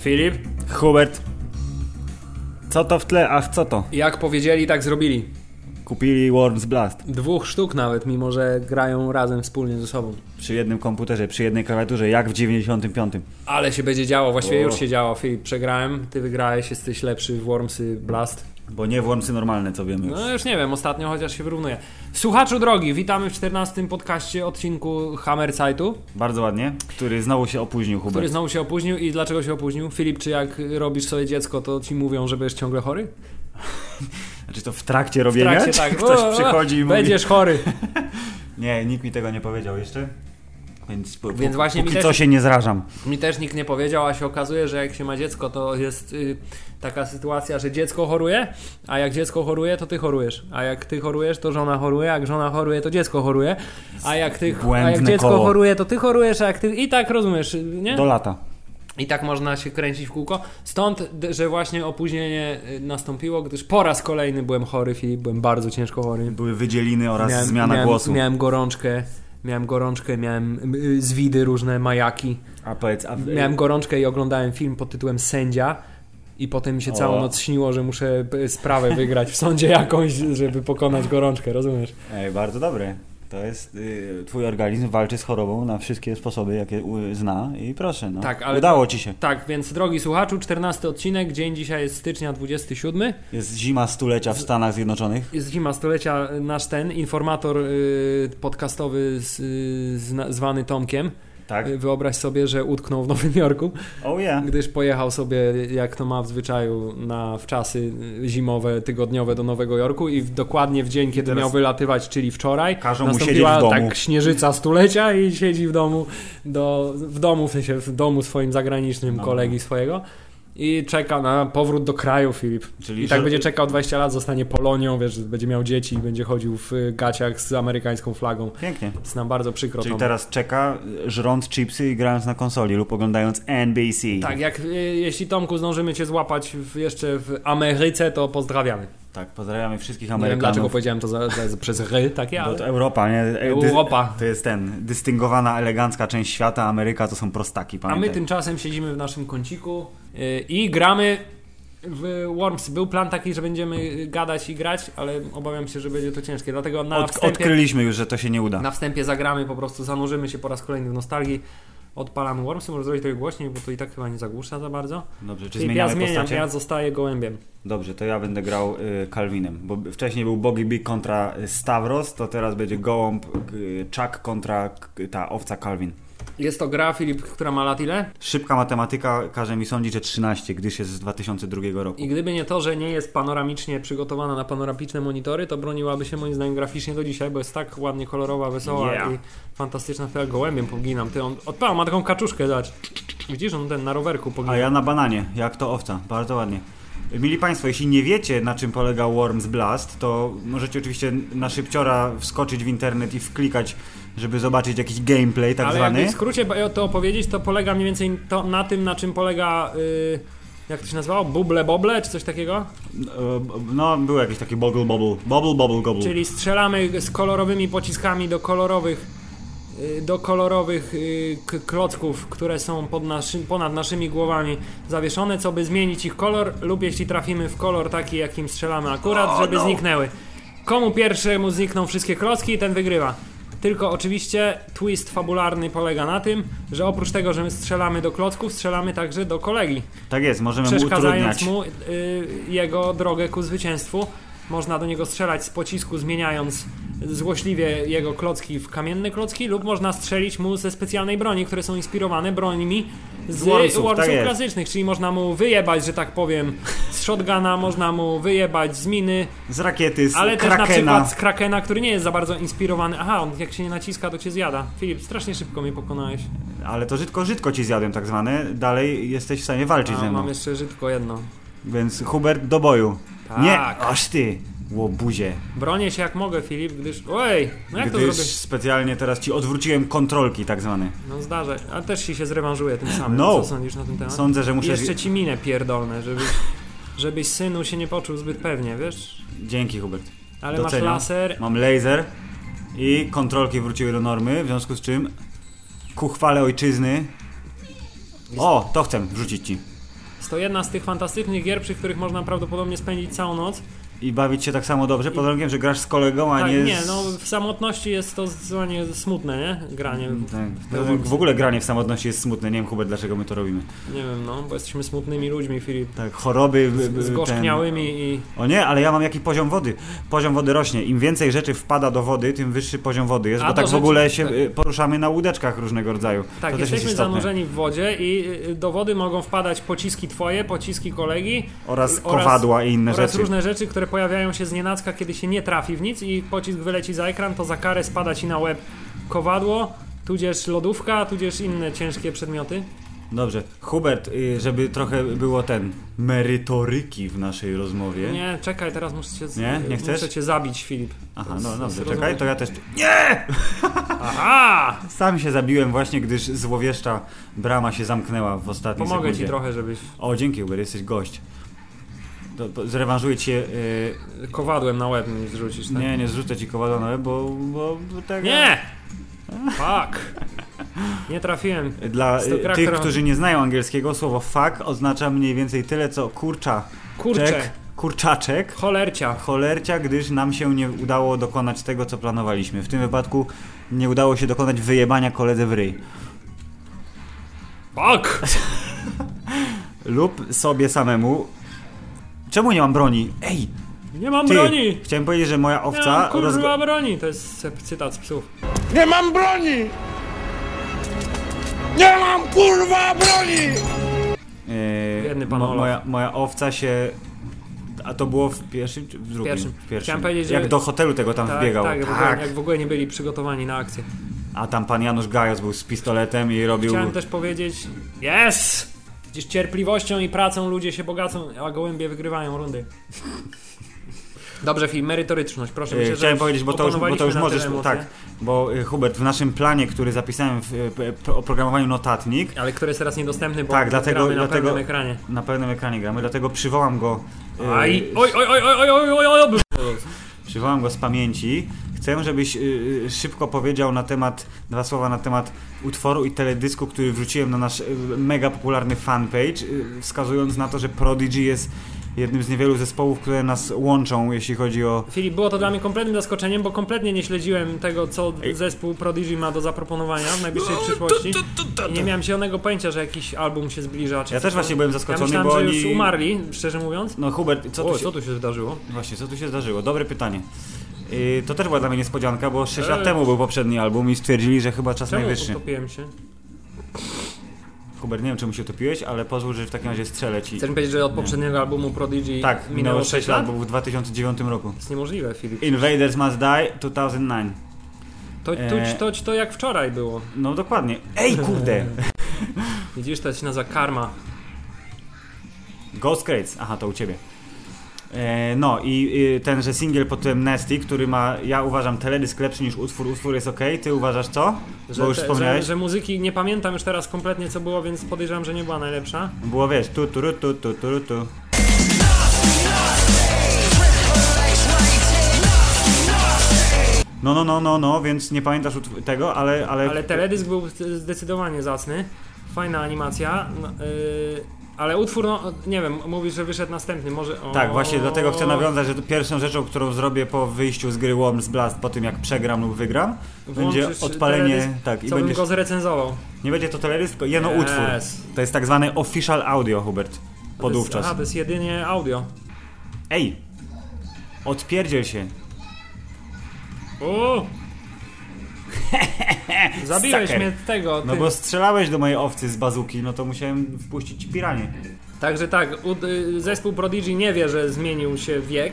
Filip? Hubert. Co to w tle, a w co to? Jak powiedzieli, tak zrobili. Kupili Worms Blast. Dwóch sztuk nawet, mimo że grają razem wspólnie ze sobą. Przy jednym komputerze, przy jednej klawiaturze, jak w 95. Ale się będzie działo, właściwie O. już się działo. Filip, przegrałem, ty wygrałeś, jesteś lepszy w Wormsy Blast. Bo nie Wormsy normalne, co wiemy już. No już nie wiem, ostatnio chociaż się wyrównuje. Słuchaczu drogi, witamy w 14 podcaście odcinku Hammer Sightu, Bardzo ładnie. Który znowu się opóźnił, Hubert. który znowu się opóźnił i dlaczego się opóźnił? Filip, czy jak robisz sobie dziecko, to ci mówią, że będziesz ciągle chory? tak. Znaczy to w trakcie robienia? czy Ktoś o, o, przychodzi i mówi... Będziesz chory. Nie, nikt mi tego nie powiedział jeszcze. Więc, po, Więc po- właśnie mi póki też- co się nie zrażam. Mi też nikt nie powiedział, a się okazuje, że jak się ma dziecko, to jest y, taka sytuacja, że dziecko choruje, a jak dziecko choruje, to ty chorujesz. A jak ty chorujesz, to żona choruje, jak żona choruje, to dziecko choruje. A jak, ty, a jak Błędne dziecko koło. choruje, to ty chorujesz, a jak ty. I tak rozumiesz, y, nie? Do lata. I tak można się kręcić w kółko. Stąd, d- że właśnie opóźnienie y, nastąpiło, gdyż po raz kolejny byłem chory, Filip, byłem bardzo ciężko chory. Były wydzieliny oraz Miałem- zmiana miałem, głosu. Miałem gorączkę, miałem gorączkę, miałem y, zwidy różne, majaki. A powiedz, a... Miałem gorączkę i oglądałem film pod tytułem Sędzia. I potem mi się O. całą noc śniło, że muszę p- sprawę wygrać w sądzie jakąś, żeby pokonać gorączkę, rozumiesz? Ej, bardzo dobre. To jest, y, twój organizm walczy z chorobą na wszystkie sposoby, jakie u, zna i proszę, no. Tak, ale- Udało ci się. Tak, więc drogi słuchaczu, 14 odcinek, dzień dzisiaj jest stycznia 27. Jest zima stulecia w Stanach Zjednoczonych. Jest zima stulecia, y, nasz ten informator y, podcastowy z, y, zna, zwany Tomkiem. Tak. Y, Wyobraź sobie, że utknął w Nowym Jorku. Oh yeah. Gdyż pojechał sobie, jak to ma w zwyczaju, na wczasy zimowe, tygodniowe do Nowego Jorku i w, dokładnie w dzień, kiedy teraz miał wylatywać, czyli wczoraj, każą mu nastąpiła siedzieć w domu. tak śnieżyca stulecia i siedzi w domu, do, w domu, w sensie w domu swoim zagranicznym No. kolegi swojego. I czeka na powrót do kraju, Filip. Czyli I tak że- będzie czekał 20 lat, zostanie Polonią, wiesz, będzie miał dzieci i będzie chodził w y, gaciach z amerykańską flagą. Pięknie. Jest nam bardzo przykro. Czyli Tom. teraz czeka, y, żrąc chipsy i grając na konsoli lub oglądając NBC. Tak, jak, y, jeśli Tomku zdążymy Cię złapać w, jeszcze w Ameryce, to pozdrawiamy. Tak, pozdrawiamy wszystkich Nie wiem Amerykanów. dlaczego powiedziałem to za, za, za, przez ry takie, Bo to ale... Europa, nie? E, dy- Europa. To jest ten, dystyngowana, elegancka część świata, Ameryka to są prostaki, A my pamiętaj. tymczasem siedzimy w naszym kąciku y, i gramy w Worms. Był plan taki, że będziemy y, gadać i grać, ale obawiam się, że będzie to ciężkie, dlatego na, Od, wstępie, odkryliśmy już, że to się nie uda. na wstępie zagramy, po prostu zanurzymy się po raz kolejny w nostalgii. Odpalamy Wormsy, może zrobić to głośniej, bo to i tak chyba nie zagłusza za bardzo. Dobrze, czy Czyli ja zmieniamy zmieniam, postacie? ja zostaję gołębiem. Dobrze, to ja będę grał y, Calvinem, bo b- wcześniej był Bogi Big kontra y, Stavros, to teraz będzie Gołąb, y, Chuck kontra k- ta owca Calvin. Jest to gra, Filip, która ma lat ile? Szybka matematyka każe mi sądzić, że 13, gdyż jest z 2002 roku. I gdyby nie to, że nie jest panoramicznie przygotowana na panoramiczne monitory, to broniłaby się moim zdaniem graficznie do dzisiaj, bo jest tak ładnie kolorowa, wesoła Yeah. i fantastyczna. To ja gołębiem poginam. Ty on odpał, ma taką kaczuszkę dać. Widzisz, on ten na rowerku pogina. A ja na bananie, jak to owca, bardzo ładnie. Mili Państwo, jeśli nie wiecie, na czym polega Worms Blast, to możecie oczywiście na szybciora wskoczyć w internet i wklikać, żeby zobaczyć jakiś gameplay tak Ale zwany. jakby w skrócie ba- to opowiedzieć, to polega mniej więcej to, na tym, na czym polega... y, jak to się nazywało? Buble Boble, czy coś takiego? E, b- No, był jakiś taki boggle bobble, bobble bobble gobble. Czyli strzelamy z kolorowymi pociskami do kolorowych y, do kolorowych y, k- klocków, które są pod naszy, ponad naszymi głowami zawieszone, co by zmienić ich kolor lub jeśli trafimy w kolor taki, jakim strzelamy akurat, żeby zniknęły. Komu pierwszemu znikną wszystkie klocki, ten wygrywa. Tylko oczywiście twist fabularny polega na tym, że oprócz tego, że my strzelamy do klocków, strzelamy także do kolegi Tak jest, możemy mu przeszkadzając utrudniać. mu y, jego drogę ku zwycięstwu. Można do niego strzelać z pocisku, zmieniając złośliwie jego klocki w kamienne klocki, lub można strzelić mu ze specjalnej broni, które są inspirowane brońmi z Z Wormsów, Wormsów, tak jest. klasycznych, czyli można mu wyjebać, że tak powiem, z shotguna, można mu wyjebać z miny, Z rakiety, z ale też krakena. na przykład z krakena, który nie jest za bardzo inspirowany. Aha, on jak się nie naciska, to cię zjada. Filip, strasznie szybko mnie pokonałeś. Ale to żydko, żydko ci zjadłem tak zwane. Dalej jesteś w stanie walczyć A, ze mną. mam jeszcze żydko jedno. Więc Hubert do boju. Tak. Nie, aż ty, łobuzie. Bronię się jak mogę, Filip, gdyż... Oj, no jak to Gdyż zrobić? specjalnie teraz ci odwróciłem kontrolki tak zwane. No zdarza, a też ci się zrewanżuje tym samym. No. Co sądzisz na ten temat? Sądzę, że I muszę... Jeszcze ci minę pierdolne, żebyś, żebyś synu się nie poczuł zbyt pewnie, wiesz? Dzięki Hubert. Ale Doceniam. masz laser. Mam laser i kontrolki wróciły do normy, w związku z czym ku chwale ojczyzny... O, to chcę wrzucić ci. Jest to jedna z tych fantastycznych gier, przy których można prawdopodobnie spędzić całą noc. I bawić się tak samo dobrze, pod warunkiem, że grasz z kolegą, a tak, nie, nie, z... no w samotności jest to zdecydowanie smutne, nie? Granie. W, Tak. Robloxie. W ogóle granie w samotności jest smutne, nie wiem Hubert, dlaczego my to robimy. nie wiem, no, bo jesteśmy smutnymi ludźmi, Filip. Tak, choroby... b- b- Z- Zgorzkniałymi i... Ten... O nie, ale ja mam jaki poziom wody. Poziom wody rośnie. Im więcej rzeczy wpada do wody, tym wyższy poziom wody jest, A, bo to tak w ogóle rzeczy- się tak. y, poruszamy na łódeczkach różnego rodzaju. Tak, to też jest jesteśmy istotne. zanurzeni w wodzie i y, do wody mogą wpadać pociski twoje, pociski kolegi Oraz oraz- kowadła i inne oraz rzeczy. różne rzeczy, które pojawiają się z nienacka, kiedy się nie trafi w nic i pocisk wyleci za ekran, to za karę spada ci na łeb kowadło, tudzież lodówka, tudzież inne ciężkie przedmioty. Dobrze. Hubert, y, żeby trochę było ten merytoryki w naszej rozmowie. Nie, czekaj, teraz muszę cię, z- Nie? Nie muszę chcesz? cię zabić, Filip. Aha, Z- no z dobrze, rozmowy. czekaj, to ja też... Aha! Sam się zabiłem właśnie, gdyż złowieszcza brama się zamknęła w ostatniej Pomogę sekundzie. ci trochę, żebyś O, dzięki Uber, jesteś gość. To, to zrewanżuję cię. y, kowadłem na łeb mi zrzucisz, tak? nie, nie zrzucę ci kowadła na łeb, bo, bo tak. Nie! Fuck! Nie trafiłem. Dla Z tym y, tych, traktorem. którzy nie znają angielskiego, słowo fuck oznacza mniej więcej tyle, co kurcza. Kurczę, Kurczaczek. cholercia. Cholercia, gdyż nam się nie udało dokonać tego, co planowaliśmy. W tym wypadku nie udało się dokonać wyjebania koledze w ryj. Fuck! Lub sobie samemu. Czemu nie mam broni? Ej! Nie mam Ty! broni! Chciałem powiedzieć, że moja Nie owca. mam rozgo- kurwa broni! To jest cyp- cytat z psów. Nie mam broni! Nie mam kurwa broni! Yy, Biedny pan Olaf. moja, moja owca się. A to było w pierwszym czy w drugim? pierwszym. W pierwszym. Chciałem powiedzieć, że- Jak do hotelu tego tam Tak, wbiegało. tak, Tak, w ogóle, jak w ogóle nie byli przygotowani na akcję. A tam pan Janusz Gajos był z pistoletem i robił. Chciałem też powiedzieć... Yes! Gdzieś cierpliwością i pracą ludzie się bogacą, a gołębie wygrywają rundy. Dobrze, film, merytoryczność, proszę. Yy, Myślę, że chciałem powiedzieć, bo to już, bo to już opanowaliśmy na możesz. tyle Tak, emocje. bo y, Hubert, w naszym planie, który zapisałem w y, p- oprogramowaniu notatnik, Ale który jest teraz niedostępny, bo Tak, dlatego- gramy na dlatego- pełnym ekranie. na pełnym ekranie gramy, dlatego przywołam go. y, Aj, oj, oj, oj, oj, oj, oj, oj, oj. Przywołam go z pamięci. Chcę, żebyś y, y, szybko powiedział na temat, dwa słowa na temat utworu i teledysku, który wrzuciłem na nasz y, mega popularny fanpage, y, wskazując na to, że Prodigy jest jednym z niewielu zespołów, które nas łączą, jeśli chodzi o... Filip, było to dla mnie kompletnym zaskoczeniem, bo kompletnie nie śledziłem tego, co Ej. No, zespół Prodigy ma do zaproponowania w najbliższej przyszłości. I nie miałem zielonego pojęcia, że jakiś album się zbliża. Czy Ja coś też tam. właśnie byłem ja zaskoczony, myślałem, bo że oni... już umarli, szczerze mówiąc. No Hubert, co o, tu się... co tu się zdarzyło? Właśnie, co tu się zdarzyło? Dobre pytanie. Y, to też była dla mnie niespodzianka, bo 6 lat Ej. temu był poprzedni album i stwierdzili, że chyba czas Czemu No najwyższy. utopiłem się? Hubert, nie wiem czemu się utopiłeś, ale pozwól, że w takim razie strzelę ci. Chcesz mi powiedzieć, że od poprzedniego albumu Prodigy Tak, minęło 6 sześć lat, bo w 2009 roku. To jest niemożliwe, Filip. Invaders Must Die 2009. To, to, e- to, to jak wczoraj było. No dokładnie. Ej, kurde! Widzisz, to się nazywa karma. Ghost Crates. Aha, to u ciebie. E, no i y, tenże singiel pod tytułem Nasty, który ma, ja uważam, teledysk lepszy niż utwór. Utwór jest ok, ty uważasz co? Bo już te- wspomniałeś. że, że muzyki nie pamiętam już teraz kompletnie co było, więc podejrzewam, że nie była najlepsza. Było wiesz, tu, tu, ru, tu, tu, tu, ru, tu. No, no, no, no, no, więc nie pamiętasz utw- tego, ale, ale... Ale teledysk był zdecydowanie zacny. Fajna animacja. No, yy, ale utwór, no nie wiem, mówisz, że wyszedł następny, może. O, Tak, właśnie dlatego chcę nawiązać, że pierwszą rzeczą, którą zrobię po wyjściu z gry Worms Blast, po tym jak przegram lub wygram, będzie Włączysz odpalenie, teledysk, tak, i Co bym będziesz, go zrecenzował. nie będzie to teledysk, tylko jedno Yes. utwór. To jest tak zwane official audio, Hubert, To jest, podówczas. aha, to jest jedynie audio. Ej, odpierdziel się. O! Zabiłeś Sucker. mnie tego. No ty. bo strzelałeś do mojej owcy z bazuki, no to musiałem wpuścić piranie. Także tak, ud- y, zespół Prodigy nie wie, że zmienił się wiek.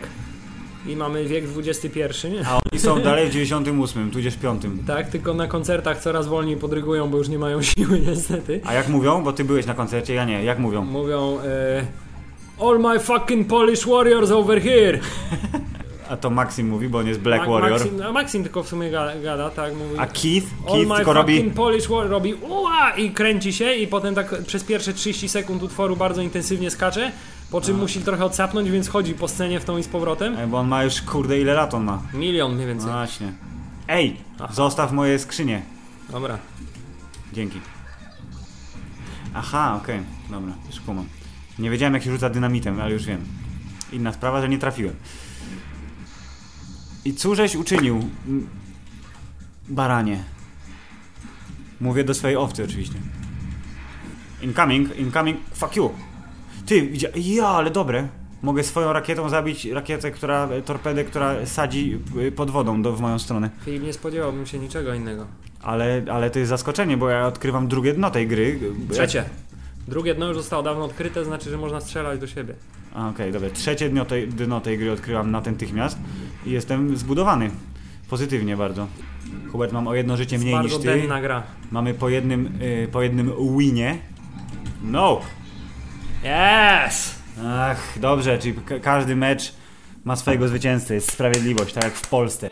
I mamy wiek XXI. A oni są dalej w 98, tudzież 5. Tak, tylko na koncertach coraz wolniej podrygują, bo już nie mają siły niestety. A jak mówią? Bo ty byłeś na koncercie, ja nie. Jak mówią? Mówią e, All my fucking Polish warriors over here! A to Maxim mówi, bo on jest Black Ma- Tak, Warrior. Maxim, a Maxim tylko w sumie gada, gada tak mówi. A Keith? All Keith my tylko robi... fucking Polish warrior robi ua i kręci się i potem tak przez pierwsze 30 sekund utworu bardzo intensywnie skacze, po czym musi trochę odsapnąć, więc chodzi po scenie w tą i z powrotem. E, Bo on ma już, kurde, ile lat on ma? No Milion mniej więcej. Właśnie. Ej, zostaw moje skrzynie. Dobra. Dzięki. Aha, okej, dobra, już kumam. Nie wiedziałem jak się rzuca dynamitem, ale już wiem. Inna sprawa, że nie trafiłem. I cóżeś uczynił, m, baranie? Mówię do swojej owcy oczywiście. Incoming, incoming, fuck you. Ty, widzia- ja, ale dobre. Mogę swoją rakietą zabić rakietę, która, torpedę, która sadzi y, pod wodą do, w moją stronę. Filip, nie spodziewałbym się niczego innego. Ale, ale to jest zaskoczenie, bo ja odkrywam drugie dno tej gry. Trzecie. Drugie dno już zostało dawno odkryte, znaczy, że można strzelać do siebie. A, Okej, dobra. Trzecie dno tej, dno tej gry odkryłam natychmiast i jestem zbudowany. Pozytywnie bardzo. Hubert, mam o jedno życie mniej niż Bardzo ty. denna gra. Mamy po jednym, y, po jednym winie. No! Yes! Ach, dobrze, czyli ka- każdy mecz ma swojego zwycięzcę, jest sprawiedliwość, tak jak w Polsce.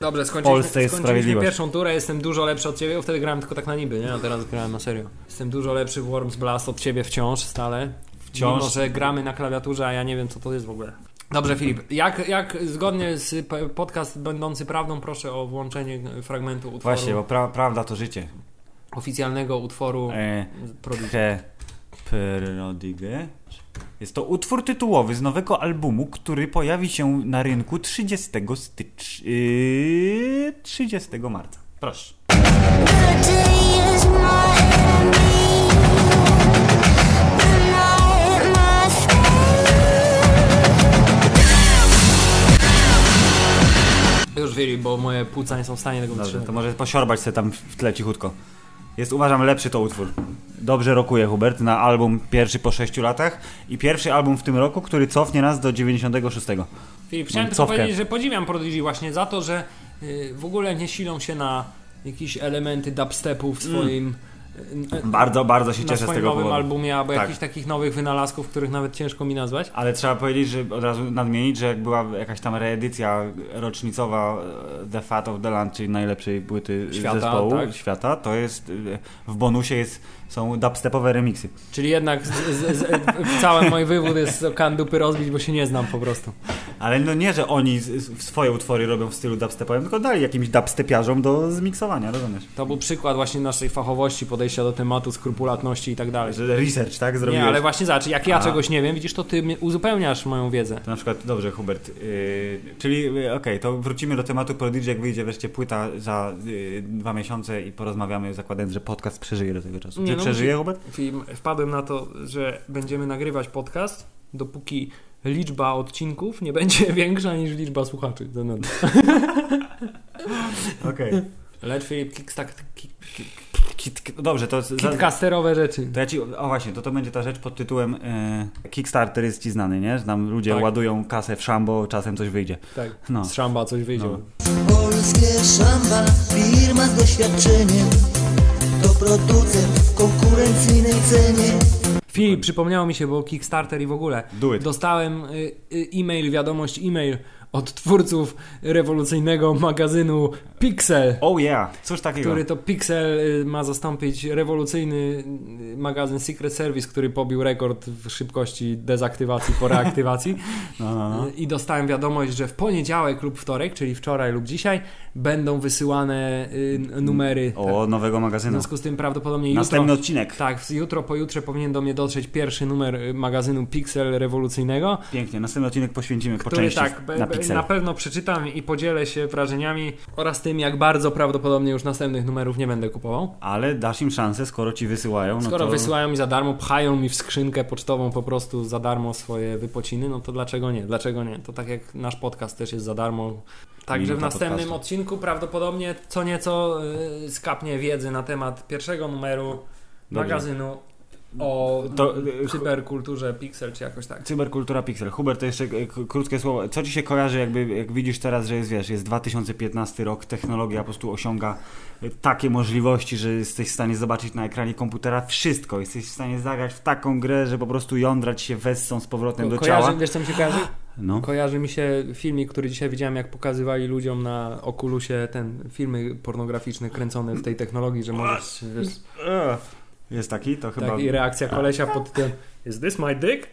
Dobrze, W skończyliśmy, Polsce jest skończyliśmy sprawiedliwość. pierwszą turę, jestem dużo lepszy od ciebie, bo wtedy grałem tylko tak na niby, nie? A teraz grałem na serio. Jestem dużo lepszy w Worms Blast od ciebie wciąż, stale. Wciąż. Mhm. Mimo, że gramy na klawiaturze, a ja nie wiem, co to jest w ogóle. Dobrze, Filip, jak, jak zgodnie z p- podcast będący prawdą, proszę o włączenie fragmentu utworu, Właśnie, bo pra- prawda to życie. oficjalnego utworu E, produkcji. Prze- Prodigy. Jest to utwór tytułowy z nowego albumu, który pojawi się na rynku 30 stycz... Yy, 30 marca. Proszę. The day is my enemy. The night my Już Filip, bo moje płuca nie są w stanie tego Dobrze, wytrzymać. to może posiorbać se tam w tle cichutko. Jest, uważam, lepszy to utwór. Dobrze rokuje Hubert na album pierwszy po 6 latach i pierwszy album w tym roku, który cofnie nas do 96. Filip, chciałem Mam tylko cofkę. powiedzieć, że podziwiam Prodigy właśnie za to, że y, w ogóle nie silą się na jakieś elementy dubstepu w Mm. swoim... y, y, Bardzo, bardzo się na cieszę z swoim tego nowym powodu. albumie, albo Tak. jakichś takich nowych wynalazków, których nawet ciężko mi nazwać. Ale trzeba powiedzieć, że od razu nadmienić, że jak była jakaś tam reedycja rocznicowa e, The Fat of the Land, czyli najlepszej płyty Świata, zespołu tak. świata, to jest e, w bonusie jest, są dubstepowe remiksy. Czyli jednak z, z, z, cały mój wywód jest o kandupy rozbić, bo się nie znam po prostu. Ale no nie, że oni z, z, swoje utwory robią w stylu dubstepowym, tylko dali jakimś dubstepiarzom do zmiksowania, rozumiesz? To był przykład właśnie naszej fachowości, podejścia do tematu, skrupulatności i tak dalej. Że research, tak? Zrobiłeś. Nie, ale właśnie zobacz, jak ja A. czegoś nie wiem, widzisz, to ty mnie- uzupełniasz moją wiedzę. To na przykład, dobrze Hubert, yy, czyli yy, okej, to wrócimy do tematu Prodigy, jak wyjdzie wreszcie płyta za yy, dwa miesiące i porozmawiamy, zakładając, że podcast przeżyje do tego czasu. Nie, Czy no przeżyje Hubert? Film, wpadłem na to, że będziemy nagrywać podcast, dopóki liczba odcinków nie będzie większa niż liczba słuchaczy. Okej. Lecz Filip, kickstak- kick- Kit- k- Dobrze, to, za, kitcasterowe rzeczy. to ja ci, o właśnie, to to będzie ta rzecz pod tytułem yy, Kickstarter jest ci znany, nie? Że tam ludzie Tak. ładują kasę w szambo, czasem coś wyjdzie. Tak, No. z szamba coś wyjdzie. No. Polskie szamba, firma z doświadczeniem To producent w konkurencyjnej cenie Filip, przypomniało mi się, bo Kickstarter i w ogóle. Do it. Dostałem y, y, e-mail, wiadomość e-mail od twórców rewolucyjnego magazynu Pixel, Oh yeah, cóż takiego. który to Pixel y, ma zastąpić rewolucyjny y, magazyn Secret Service, który pobił rekord w szybkości dezaktywacji po reaktywacji. No, no, no. Y, I dostałem wiadomość, że w poniedziałek lub wtorek, czyli wczoraj lub dzisiaj, będą wysyłane y, n- numery. O, nowego W magazynu. związku z tym prawdopodobnie jutro... Następny odcinek. Tak, w- jutro, pojutrze powinien do mnie dotrzeć pierwszy numer y, magazynu Pixel rewolucyjnego, Pięknie, następny odcinek poświęcimy po który części tak, be- na be- Pixel. na pewno przeczytam i podzielę się wrażeniami oraz tym, jak bardzo prawdopodobnie już następnych numerów nie będę kupował. Ale dasz im szansę, skoro ci wysyłają. Skoro no to... wysyłają mi za darmo, pchają mi w skrzynkę pocztową po prostu za darmo swoje wypociny, no to dlaczego nie? Dlaczego nie? To tak jak nasz podcast też jest za darmo. Także w Minuta następnym podcastu. odcinku prawdopodobnie co nieco y, skapnie wiedzy na temat pierwszego numeru Dobrze. magazynu o To, to, y, cyberkulturze Pixel czy jakoś tak. Cyberkultura Pixel. Hubert, to jeszcze e, k- krótkie słowo. Co ci się kojarzy, jakby, jak widzisz teraz, że jest, wiesz, jest 2015 rok, technologia po prostu osiąga e, takie możliwości, że jesteś w stanie zobaczyć na ekranie komputera wszystko. Jesteś w stanie zagrać w taką grę, że po prostu jądrać się wessą z powrotem do kojarzy, ciała. Wiesz co mi się kojarzy? No. Kojarzy mi się filmik, który dzisiaj widziałem, jak pokazywali ludziom na Oculusie ten filmy pornograficzne kręcone w tej technologii, że możesz, wiesz, E, Jest taki, to chyba... Tak, tak, i reakcja kolesia pod tym Is this my dick?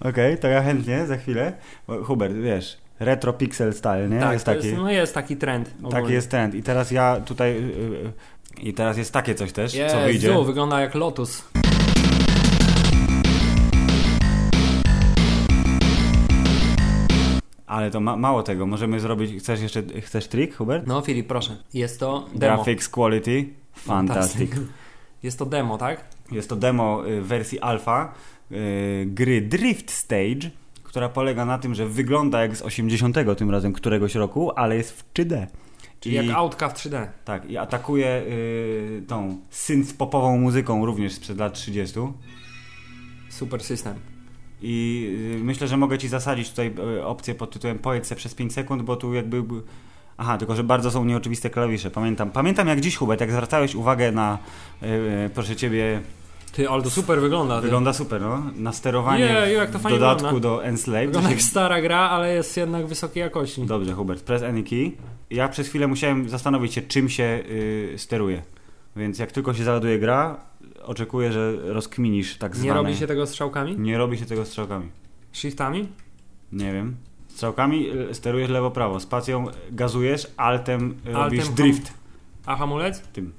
Okej, to ja chętnie za chwilę. Bo, Hubert, wiesz, retro pixel style, nie? Tak, jest to taki. Jest, no jest taki trend. Taki jest ten. I teraz ja tutaj. y, y, I teraz jest takie coś też, Jezu, co wyjdzie. wygląda jak Lotus. Ale to ma, mało tego. Możemy zrobić. Chcesz jeszcze. Chcesz trik, Hubert? No Filip, proszę. Jest to demo. Tak. Graphics quality. Fantastic. Jest to demo, tak? Jest to demo y, w wersji alfa y, gry Drift Stage, która polega na tym, że wygląda jak z 80 tym razem któregoś roku, ale jest w 3D. Czyli I- jak autka w 3D. Tak, i atakuje y, tą synth-popową muzyką również sprzed lat 30. Super system. I y, myślę, że mogę ci zasadzić tutaj y, opcję pod tytułem Pojedź se przez 5 sekund, bo tu jakby... b- Aha, tylko że bardzo są nieoczywiste klawisze, pamiętam. Pamiętam jak dziś, Hubert, jak zwracałeś uwagę na, y, y, proszę ciebie, Ty, ale to super wygląda. ty. wygląda super, no, na sterowanie Jeju, jak to w fajnie dodatku wygląda. do Enslave. Wygląda To jak się- stara gra, ale jest jednak wysokiej jakości. Dobrze, Hubert, press any key. Ja przez chwilę musiałem zastanowić się, czym się y, steruje. Więc jak tylko się załaduje gra, oczekuję, że rozkminisz tak zwane. Nie robi się tego strzałkami? Nie robi się tego strzałkami. Shiftami? Nie wiem. Strzałkami y, sterujesz lewo-prawo, spacją gazujesz, altem y, robisz ham- drift. A hamulec? Tym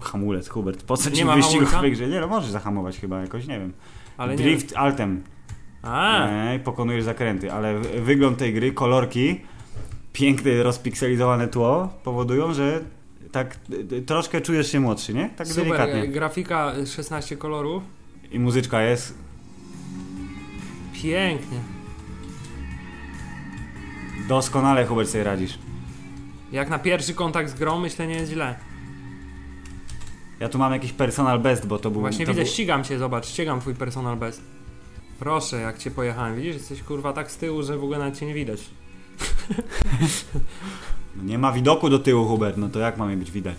hamulec, Hubert, po co Nie ci ma wyścigów hamulca? w grze? Nie no, możesz zahamować chyba jakoś, nie wiem. Ale nie. drift altem. A, Nie, pokonujesz zakręty, ale w- wygląd tej gry, kolorki, piękne, rozpikselizowane tło powodują, że tak y, y, troszkę czujesz się młodszy, nie? Tak super. e, delikatnie. Grafika y, 16 kolorów. I muzyczka jest Pięknie. doskonale, Hubert, sobie radzisz. Jak na pierwszy kontakt z grą, myślę, nie jest źle. Ja tu mam jakiś personal best, bo to był... Właśnie to widzę, był... ścigam cię, zobacz, ścigam twój personal best. Proszę, jak cię pojechałem. Widzisz, jesteś kurwa tak z tyłu, że w ogóle nawet cię nie widać. Nie ma widoku do tyłu, Hubert, no to jak ma mnie być widać?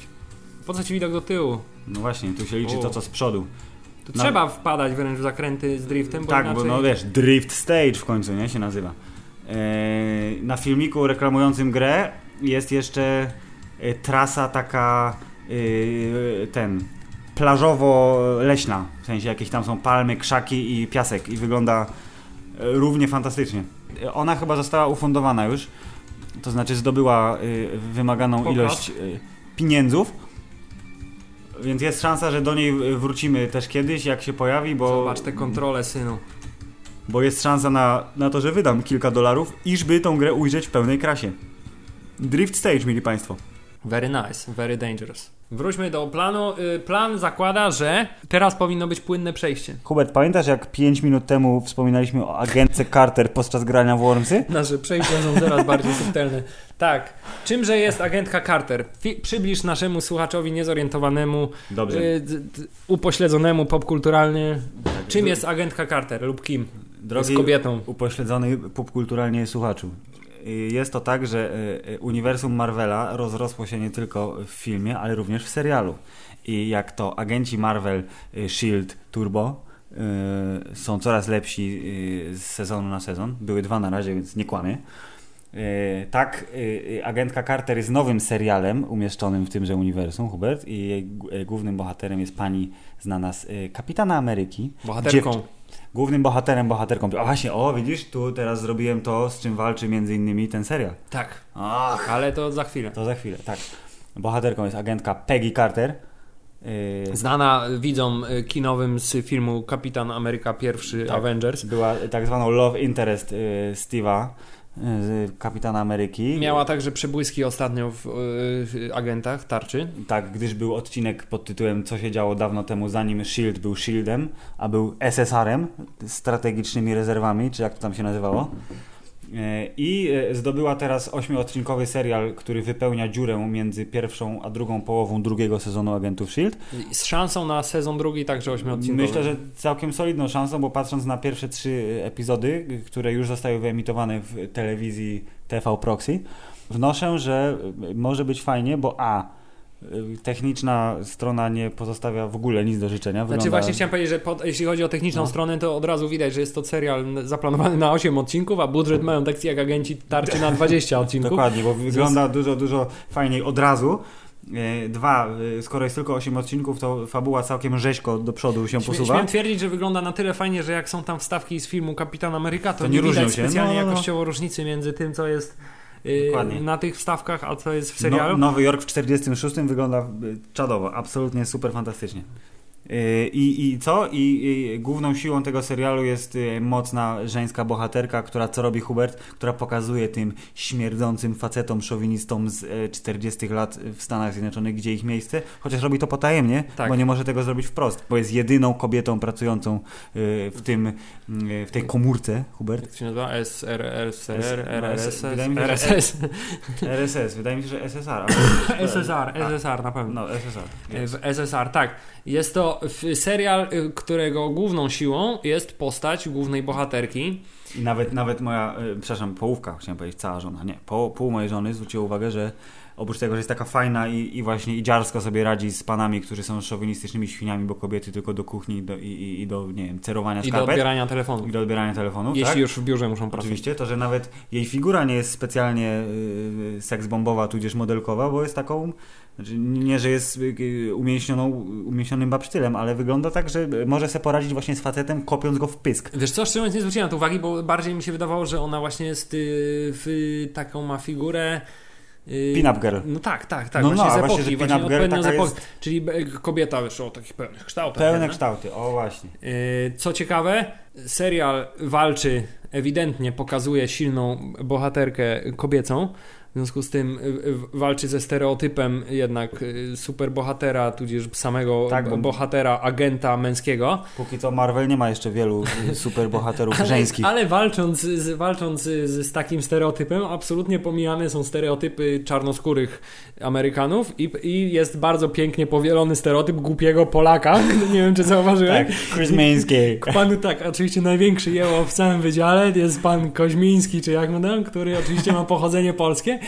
Po co ci widok do tyłu? No właśnie, tu się liczy O. to, co z przodu. Tu No. trzeba wpadać wręcz w zakręty z driftem, bo tak, inaczej... bo no wiesz, Drift Stage w końcu, nie? Się nazywa. Eee, na filmiku reklamującym grę jest jeszcze e, trasa taka e, ten plażowo-leśna. W sensie jakieś tam są palmy, krzaki i piasek i wygląda e, równie fantastycznie. E, Ona chyba została ufundowana już, to znaczy zdobyła e, wymaganą Pokaż. ilość e, pieniędzów. Więc jest szansa, że do niej e, wrócimy też kiedyś, jak się pojawi, bo... Zobacz te kontrole, synu. Bo jest szansa na, na to, że wydam kilka dolarów, iżby tą grę ujrzeć w pełnej krasie. Drift Stage, mieli Państwo. Very nice, very dangerous. Wróćmy do planu. Y, Plan zakłada, że teraz powinno być płynne przejście. Hubert, pamiętasz jak 5 minut temu wspominaliśmy o agentce Carter podczas grania w Wormsy? Nasze przejścia są coraz bardziej subtelne. Tak. Czymże jest agentka Carter? Fi- przybliż naszemu słuchaczowi niezorientowanemu, Dobrze. y, d- d- upośledzonemu popkulturalnie. Czym jest agentka Carter lub kim? Tak, Drogi Jest kobietą. upośledzony popkulturalnie słuchaczu. Y, Jest to tak, że y, y, uniwersum Marvela rozrosło się nie tylko w filmie, ale również w serialu. I jak to agenci Marvel y, Shield Turbo y, są coraz lepsi y, z sezonu na sezon. Były dwa na razie, więc nie kłamię. Y, Tak, y, y, agentka Carter jest nowym serialem umieszczonym w tymże uniwersum, Hubert, i jej g- y, głównym bohaterem jest pani znana z y, Kapitana Ameryki. Bohaterką. Dziew- Głównym bohaterem, bohaterką. A właśnie, o widzisz, tu teraz zrobiłem to, z czym walczy między innymi ten serial. Tak, Ach, ale to za chwilę. to za chwilę, tak. Bohaterką jest agentka Peggy Carter. Yy, Znana widzom y, kinowym z filmu Kapitan Ameryka I Avengers. była tak zwaną love interest yy, Steve'a, yy, z Kapitana Ameryki. Miała także przebłyski ostatnio w y, agentach tarczy. Tak, gdyż był odcinek pod tytułem Co się działo dawno temu, zanim Shield E był Shieldem, a był SSR-em, strategicznymi rezerwami, czy jak to tam się nazywało. E, I e, zdobyła teraz ośmiodcinkowy serial, który wypełnia dziurę między pierwszą a drugą połową drugiego sezonu Agentów Shield. Z szansą na sezon drugi także ośmiodcinkowy. Myślę, że całkiem solidną szansą, bo patrząc na pierwsze trzy epizody, które już zostały wyemitowane w telewizji TV Proxy, wnoszę, że może być fajnie, bo a techniczna strona nie pozostawia w ogóle nic do życzenia. Znaczy właśnie chciałem powiedzieć, że pod, jeśli chodzi o techniczną No. stronę, to od razu widać, że jest to serial zaplanowany na 8 odcinków, a budżet mają taki jak agenci tarczy na 20 odcinków. Dokładnie, bo wygląda dużo, dużo fajniej od razu. E, Dwa, e, skoro jest tylko 8 odcinków, to fabuła całkiem rzeźko do przodu się Śmie- posuwa. Śmiem twierdzić, że wygląda na tyle fajnie, że jak są tam wstawki z filmu Kapitan Ameryka, to, To nie, nie różnią widać się. specjalnie No, no, no. jakościowo różnicy między tym, co jest y, Dokładnie. na tych wstawkach, a co jest w No, serialu. Nowy Jork w 46 wygląda y, czadowo, absolutnie super fantastycznie. Y, I, I co? I, I główną siłą tego serialu jest y, mocna żeńska bohaterka, która co robi Hubert, która pokazuje tym śmierdzącym facetom, szowinistom z y, 40 lat w Stanach Zjednoczonych, gdzie ich miejsce, chociaż robi to potajemnie, Tak. bo nie może tego zrobić wprost, bo jest jedyną kobietą pracującą y, w tym, y, w tej komórce, Hubert. Jak to się nazywa? SRSR, S- no, S- RSS, wydaje mi się, że- RSS, RSS, wydaje mi się, że SSR. ale- SSR, SSR na pewno. No, SSR. E, W SSR, tak. Jest to f- serial, y, którego główną siłą jest postać głównej bohaterki. I nawet, nawet moja, y, przepraszam, połówka, chciałem powiedzieć, cała żona, nie, po, pół mojej żony zwróciła uwagę, że oprócz tego, że jest taka fajna i, i właśnie i dziarsko sobie radzi z panami, którzy są szowinistycznymi świniami, bo kobiety tylko do kuchni do, i, i, i do, nie wiem, cerowania I do skarpet odbierania telefonu. i do odbierania telefonów, Jeśli tak? już w biurze muszą pracować. Oczywiście, to, że nawet jej figura nie jest specjalnie y, seksbombowa, tudzież modelkowa, bo jest taką, znaczy nie, że jest y, y, umięśnioną, umięśnionym babsztylem, ale wygląda tak, że może sobie poradzić właśnie z facetem, kopiąc go w pysk. Wiesz co, szczerze mówiąc nie zwróciłem na to uwagi, bo bardziej mi się wydawało, że ona właśnie jest y, w y, taką ma figurę... y, Pin-up girl. No tak, tak, tak. No, właśnie no, z a właśnie, epoki, że właśnie pin-up girl odpowiednio z taka epoki. Czyli be- kobieta, wiesz, o takich pełnych kształtach. Pełne nie? kształty, o właśnie. Y, Co ciekawe, serial walczy, ewidentnie pokazuje silną bohaterkę kobiecą. W związku z tym y, y, walczy ze stereotypem jednak y, superbohatera, tudzież samego Tak, bo- bohatera, agenta męskiego. Póki co Marvel nie ma jeszcze wielu y, superbohaterów żeńskich. Ale walcząc, z, walcząc z, z takim stereotypem, absolutnie pomijane są stereotypy czarnoskórych Amerykanów i, i jest bardzo pięknie powielony stereotyp głupiego Polaka. Nie wiem, czy zauważyłeś. Tak, Chris Miński. Pan, tak, oczywiście największy jeło w całym wydziale jest pan Koźmiński, czy jak mówię, który oczywiście ma pochodzenie polskie,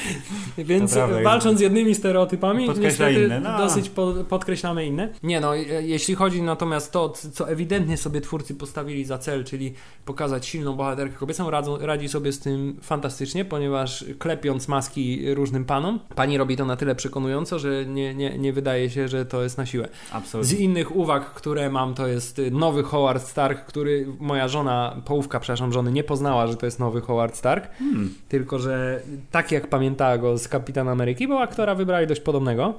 więc To prawda, walcząc z jednymi stereotypami, Podkreśla niestety inne, no. dosyć po, podkreślamy inne. Nie no, e, jeśli chodzi natomiast to, c- co ewidentnie sobie twórcy postawili za cel, czyli pokazać silną bohaterkę kobiecą, radzą, radzi sobie z tym fantastycznie, ponieważ klepiąc maski różnym panom, pani robi to na tyle przekonująco, że nie, nie, nie wydaje się, że to jest na siłę. Z Absolutnie. innych uwag, które mam, to jest y, nowy Howard Stark, który moja żona, połówka, przepraszam, żony nie poznała, że to jest nowy Howard Stark. Hmm. Tylko, że tak jak pamiętała go z Kapitan Ameryki, bo aktora wybrali dość podobnego.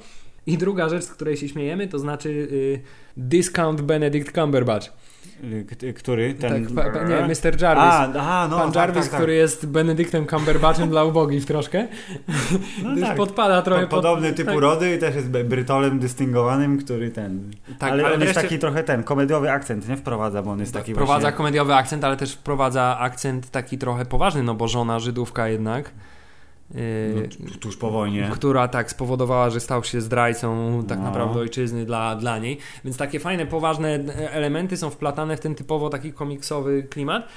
I druga rzecz, z której się śmiejemy, to znaczy y, Discount Benedict Cumberbatch. Y, k- Który? Ten... Tak, pa, pa, nie, Mr. Jarvis. A, aha, no, Pan tak, Jarvis, tak, tak. który jest Benedyktem Cumberbatchem dla ubogich troszkę. No Gdyż tak. podpada trochę Po- Podobny pod, typ tak. urody i też jest be- brytolem dystyngowanym, który ten... Tak, ale ale on jest wreszcie- Tak, taki trochę ten, komediowy akcent, nie? Wprowadza, bo on jest taki Wprowadza właśnie... komediowy akcent, ale też wprowadza akcent taki trochę poważny, no bo żona Żydówka jednak, yy, No, t- tuż po wojnie. która tak spowodowała, że stał się zdrajcą tak No. naprawdę ojczyzny dla, dla niej. Więc takie fajne, poważne e, elementy są wplatane w ten typowo taki komiksowy klimat.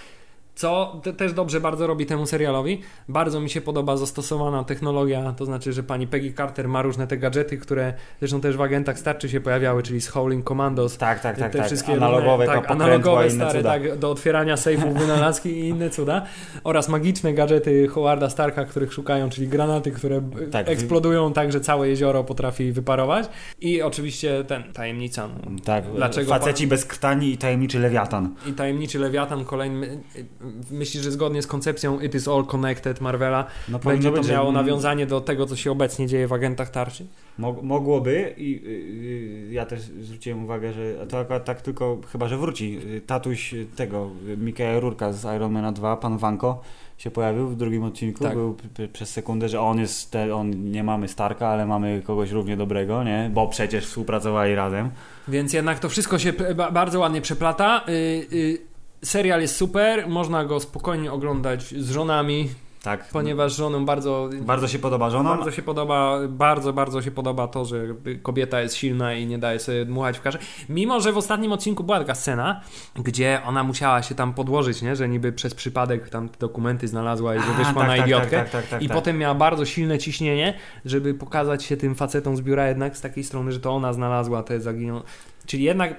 Co te- też dobrze bardzo robi temu serialowi. Bardzo mi się podoba zastosowana technologia, to znaczy, że pani Peggy Carter ma różne te gadżety, które zresztą też w agentach starczy się pojawiały, czyli z Howling Commandos, Tak, tak, tak, te tak. wszystkie analogowe, różne, tak, tak, analogowe i inne stare, cuda. tak, do otwierania sejfów, wynalazki i inne cuda. Oraz magiczne gadżety Howarda Starka, których szukają, czyli granaty, które b- Tak, wy- eksplodują tak, że całe jezioro potrafi wyparować. I oczywiście ten, tajemnica. No. Tak, Dlaczego faceci bez krtani i tajemniczy lewiatan. I tajemniczy lewiatan kolejny. y, y, Myślisz, że zgodnie z koncepcją It is all connected Marvela No powinno będzie to być, że- miało nawiązanie do tego, co się obecnie dzieje w agentach tarczy? Mog- mogłoby i y, y, ja też zwróciłem uwagę, że to akurat tak tylko, chyba że wróci, y, tatuś y, tego, y, Mikaela Rurka z Ironmana 2, pan Wanko, się pojawił w drugim odcinku, Tak. był p- p- przez sekundę, że on jest, te, on nie mamy Starka, ale mamy kogoś równie dobrego, nie? Bo przecież współpracowali razem. Więc jednak to wszystko się p- ba- bardzo ładnie przeplata. Y, y, serial jest super, można go spokojnie oglądać z żonami, Tak. ponieważ żonom bardzo, Bardzo się podoba żonom. bardzo się podoba, bardzo, bardzo się podoba to, że kobieta jest silna i nie daje sobie dmuchać w kaszę. Mimo, że w ostatnim odcinku była taka scena, gdzie ona musiała się tam podłożyć, nie? że niby przez przypadek tam te dokumenty znalazła i że A, wyszła tak, na tak, idiotkę. tak, tak, tak, tak, I tak. potem miała bardzo silne ciśnienie, żeby pokazać się tym facetom z biura jednak z takiej strony, że to ona znalazła te zaginione. Czyli jednak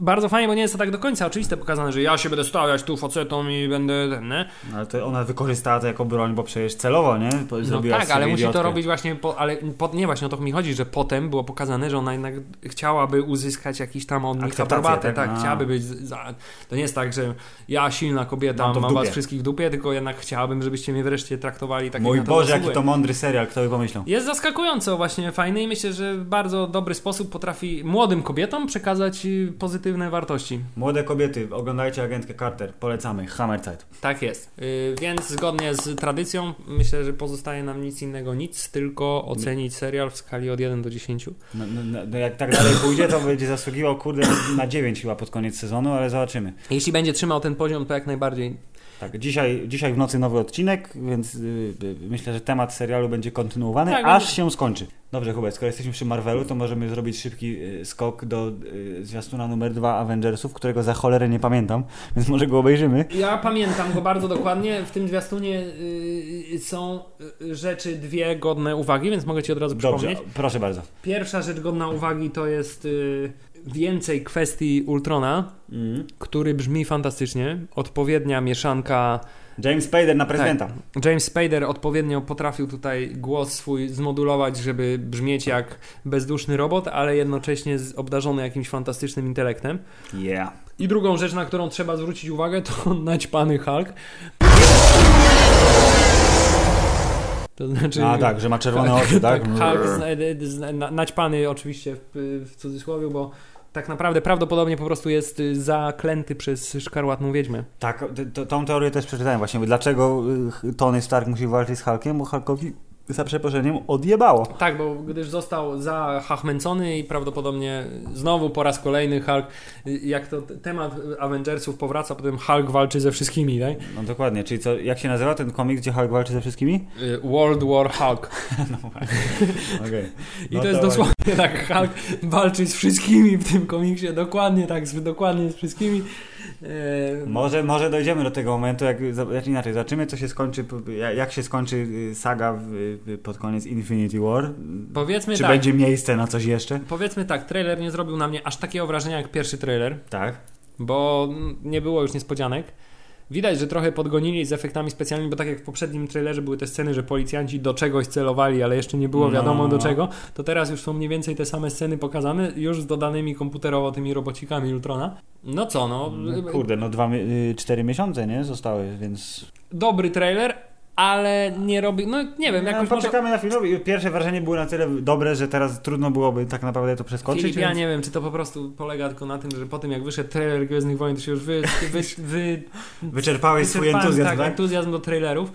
Bardzo fajnie, bo nie jest to tak do końca oczywiste pokazane, że ja się będę stawiać tu facetom i będę ten, nie? Ale to ona wykorzystała to jako broń, bo przecież celowo, nie? Po- No Zrobiła tak, z siebie ale musi to idiotkę. robić właśnie, po, ale po, nie właśnie o to mi chodzi, że potem było pokazane, że ona jednak chciałaby uzyskać jakiś tam od nich Akceptację, aprobatę, tak? tak, A. chciałaby być za, to nie jest tak, że ja silna kobieta Mam to mam, w was dupie. wszystkich w dupie, tylko jednak chciałabym, żebyście mnie wreszcie traktowali tak Mój jak na Boże, zasługuję. jaki to mądry serial, kto by pomyślał. Jest zaskakująco właśnie fajny i myślę, że w bardzo dobry sposób potrafi młodym kobietom przekazać y, pozytywne wartości. Młode kobiety, oglądajcie agentkę Carter, polecamy, Hammerzeit. Tak jest. Y, więc zgodnie z tradycją myślę, że pozostaje nam nic innego nic, tylko ocenić serial w skali od 1 do 10. No, no, no, no jak tak dalej pójdzie, to będzie zasługiwał, kurde, na 9 chyba pod koniec sezonu, ale zobaczymy. Jeśli będzie trzymał ten poziom, to jak najbardziej. Tak, dzisiaj, dzisiaj w nocy nowy odcinek, więc y, y, myślę, że temat serialu będzie kontynuowany, Tak, aż będzie- się skończy. Dobrze, Hubert, skoro jesteśmy przy Marvelu, to możemy zrobić szybki y, skok do y, zwiastuna numer 2 Avengersów, którego za cholerę nie pamiętam, więc może go obejrzymy. Ja pamiętam go bardzo dokładnie. W tym zwiastunie y, są y, rzeczy dwie godne uwagi, więc mogę ci od razu Dobrze, przypomnieć. proszę bardzo. Pierwsza rzecz godna uwagi to jest y, więcej kwestii Ultrona, który brzmi fantastycznie. Odpowiednia mieszanka James Spader na prezydenta. Tak. James Spader odpowiednio potrafił tutaj głos swój zmodulować, żeby brzmieć jak bezduszny robot, ale jednocześnie z- obdarzony jakimś fantastycznym intelektem. Yeah. I drugą rzecz, na którą trzeba zwrócić uwagę, to naćpany Hulk. To znaczy... A tak, że ma czerwone oczy, tak? Hulk zna- zna- na- naćpany oczywiście w, w cudzysłowie, bo tak naprawdę prawdopodobnie po prostu jest y, zaklęty przez szkarłatną wiedźmę. Tak, t- t- tą teorię też przeczytałem właśnie. Dlaczego y, Tony Stark musi walczyć z Hulkiem? Bo Hulkowi za przeproszeniem odjebało. Tak, bo gdyż został zahachmęcony i prawdopodobnie znowu po raz kolejny Hulk, y, jak to t- temat Avengersów powraca, potem Hulk walczy ze wszystkimi, tak? No dokładnie, czyli co, jak się nazywa ten komik, gdzie Hulk walczy ze wszystkimi? Y, World War Hulk. Okej. I No to jest to- dosłownie tak, Hulk walczy z wszystkimi w tym komiksie, dokładnie tak, z, dokładnie z wszystkimi. E, Może, może dojdziemy do tego momentu, jak, za- znaczy inaczej, zobaczymy co się skończy, p- ja- jak się skończy y, saga w, y, pod koniec Infinity War. powiedzmy Czy tak, będzie miejsce na coś jeszcze? powiedzmy tak, trailer nie zrobił na mnie aż takiego wrażenia jak pierwszy trailer. Tak. bo mm, nie było już niespodzianek. Widać, że trochę podgonili z efektami specjalnymi, bo tak jak w poprzednim trailerze były te sceny, że policjanci do czegoś celowali, ale jeszcze nie było No. wiadomo do czego, to teraz już są mniej więcej te same sceny pokazane, już z dodanymi komputerowo tymi robocikami Ultrona. No co, no, Kurde, no dwa, mi- y, cztery miesiące, nie? Zostały, więc... dobry trailer, ale nie robi, no nie wiem, jakoś no, może... poczekamy na chwilę. Pierwsze wrażenie było na tyle dobre, że teraz trudno byłoby tak naprawdę to przeskoczyć. Filip, ja więc- nie wiem, czy to po prostu polega tylko na tym, że po tym jak wyszedł trailer Gwiezdnych Wojen, to się już wy, wy, wy, Wyczerpałeś swój wyczerpałem, entuzjazm, tak, tak? entuzjazm do trailerów,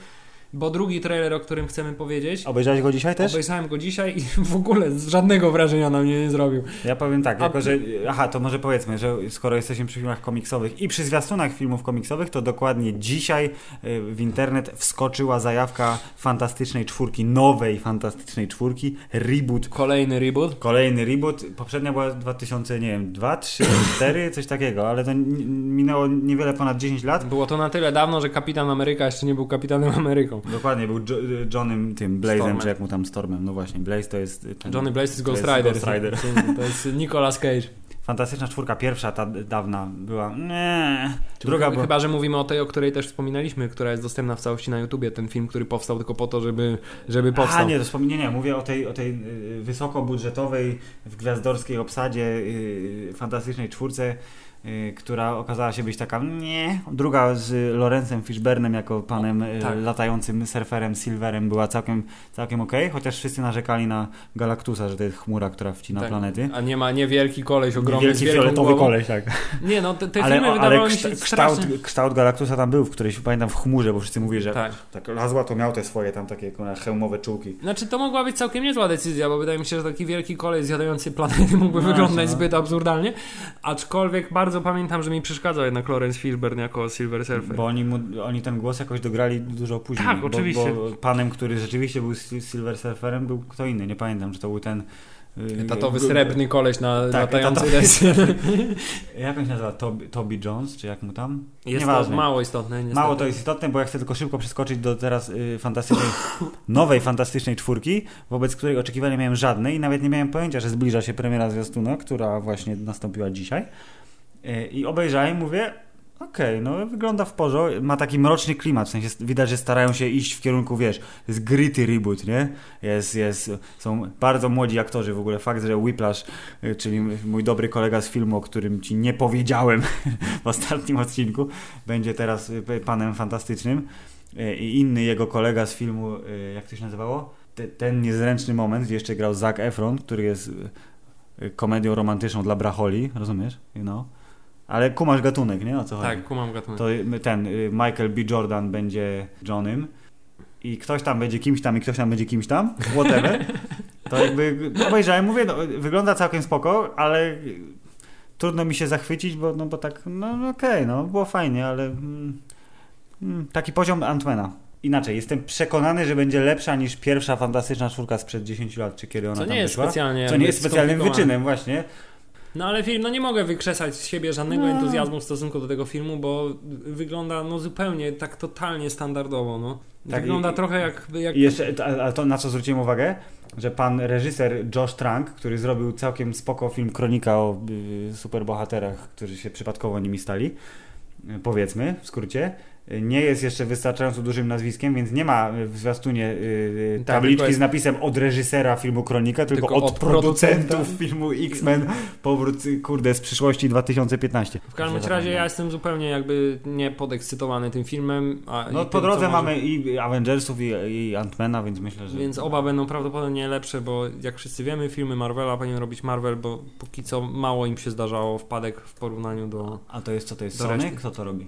bo drugi trailer, o którym chcemy powiedzieć, Obejrzałeś go dzisiaj też? Obejrzałem go dzisiaj i w ogóle z- żadnego wrażenia na mnie nie zrobił. Ja powiem tak, A- jako że. Aha, to może powiedzmy, że skoro jesteśmy przy filmach komiksowych i przy zwiastunach filmów komiksowych, to dokładnie dzisiaj y, w internet wskoczyła zajawka fantastycznej czwórki, nowej fantastycznej czwórki, reboot. Kolejny reboot. Kolejny reboot, poprzednia była 2000, nie wiem, 2, 3, 4, coś takiego, ale to ni- minęło niewiele ponad 10 lat. Było to na tyle dawno, że Kapitan Ameryka jeszcze nie był Kapitanem Ameryką. Dokładnie, był jo- y, Johnem tym Blazem, Stormem. czy jak mu tam Stormem, no właśnie, Blaze to jest... y, Ten, Johnny Blaze z to Ghost jest Rider. Ghost Rider. To jest Nicolas Cage. Fantastyczna czwórka, pierwsza ta d- dawna była. Nie. Czy Druga chyba, była. chyba, że mówimy o tej, o której też wspominaliśmy, która jest dostępna w całości na YouTubie. Ten film, który powstał tylko po to, żeby, żeby powstał. A nie, to wspomnienie, nie, mówię o tej, o tej y, wysokobudżetowej, w gwiazdorskiej obsadzie, y, fantastycznej czwórce, y, która okazała się być taka, nie. Druga z y, Lorencem Fishbernem jako panem y, tak. latającym surferem Silverem była całkiem, całkiem okej, chociaż wszyscy narzekali na Galactusa, że to jest chmura, która wcina Tak. planety. A nie ma niewielki koleś ogromny Wielki z wielką fioletowy głową. koleś, tak. Nie no, te, te ale filmy o- ale wydawały mi się kszta- strasznie... kształt, kształt Galactusa tam był w którejś, pamiętam, w chmurze, bo wszyscy mówili, że Tak. tak Lazła to miał te swoje tam takie kurwa, hełmowe czułki. Znaczy to mogła być całkiem niezła decyzja, bo wydaje mi się, że taki wielki kolej zjadający planety mógłby wyglądać no. zbyt absurdalnie. Aczkolwiek bardzo pamiętam, że mi przeszkadzał jednak Lawrence Fishburne jako Silver Surfer. Bo oni, mu, oni ten głos jakoś dograli dużo później. Tak, bo, oczywiście. Bo panem, który rzeczywiście był Sil- Silver Surferem, był kto inny, nie pamiętam, czy to był ten y, Etatowy g- srebrny koleś na Tak, latający etatowy. desce. Jak on się nazywa? Toby, Toby Jones, czy jak mu tam? Jest to Nieważne. mało istotne. Niestety. Mało to jest istotne, bo ja chcę tylko szybko przeskoczyć do teraz y, fantastycznej, nowej fantastycznej czwórki, wobec której oczekiwania nie miałem żadne i nawet nie miałem pojęcia, że zbliża się premiera zwiastuna, która właśnie nastąpiła dzisiaj. Y, I obejrzałem, mówię, okej, no wygląda w porządku, ma taki mroczny klimat, w sensie widać, że starają się iść w kierunku, wiesz, jest gritty reboot, nie? Jest, jest, są bardzo młodzi aktorzy w ogóle, fakt, że Whiplash, y, czyli mój dobry kolega z filmu, o którym ci nie powiedziałem w ostatnim odcinku, będzie teraz y, p- panem fantastycznym Y, i inny jego kolega z filmu, y, jak to się nazywało? Te- Ten niezręczny moment, gdzie jeszcze grał Zac Efron, który jest y, y, komedią romantyczną dla bracholi, rozumiesz? You know? Ale kumasz gatunek, nie? O co chodzi? Tak, kumam gatunek. To y, ten y, Michael B. Jordan będzie Johnem i ktoś tam będzie kimś tam i ktoś tam będzie kimś tam, whatever. To jakby obejrzałem, mówię, no, wygląda całkiem spoko, ale trudno mi się zachwycić, bo, no, bo tak, no no okej, no było fajnie, ale mm, mm, taki poziom Antmana. Inaczej, jestem przekonany, że będzie lepsza niż pierwsza fantastyczna czwórka sprzed 10 lat, czy kiedy ona Co tam nie jest wyszła. specjalnie Co nie jest specjalnym skomplikowane. wyczynem, właśnie. No ale film, no nie mogę wykrzesać z siebie żadnego No. entuzjazmu w stosunku do tego filmu, bo wygląda no zupełnie tak totalnie standardowo, no. Tak, wygląda i- trochę jak, jak I jeszcze, a, a to na co zwróciłem uwagę, że pan reżyser Josh Trank, który zrobił całkiem spoko film Kronika o y, superbohaterach, którzy się przypadkowo nimi stali, y, powiedzmy w skrócie, y, nie jest jeszcze wystarczająco dużym nazwiskiem, więc nie ma y, w zwiastunie y, Tak, tabliczki tylko jest- z napisem od reżysera filmu Kronika, tylko, Tylko od, od producentów producenta. filmu X-Men Powrót, y, kurde, z przyszłości 2015. W każdym bądź tak no. razie ja jestem zupełnie jakby nie podekscytowany tym filmem. A i No tym, po drodze co może- mamy i Avengersów i, i Antmana, więc myślę, że... Więc oba będą prawdopodobnie lepsze, bo jak wszyscy wiemy, filmy Marvela powinien robić Marvel, bo póki co mało im się zdarzało wpadek w porównaniu do. A to jest co to jest? Do Sony? reszty. Kto to robi?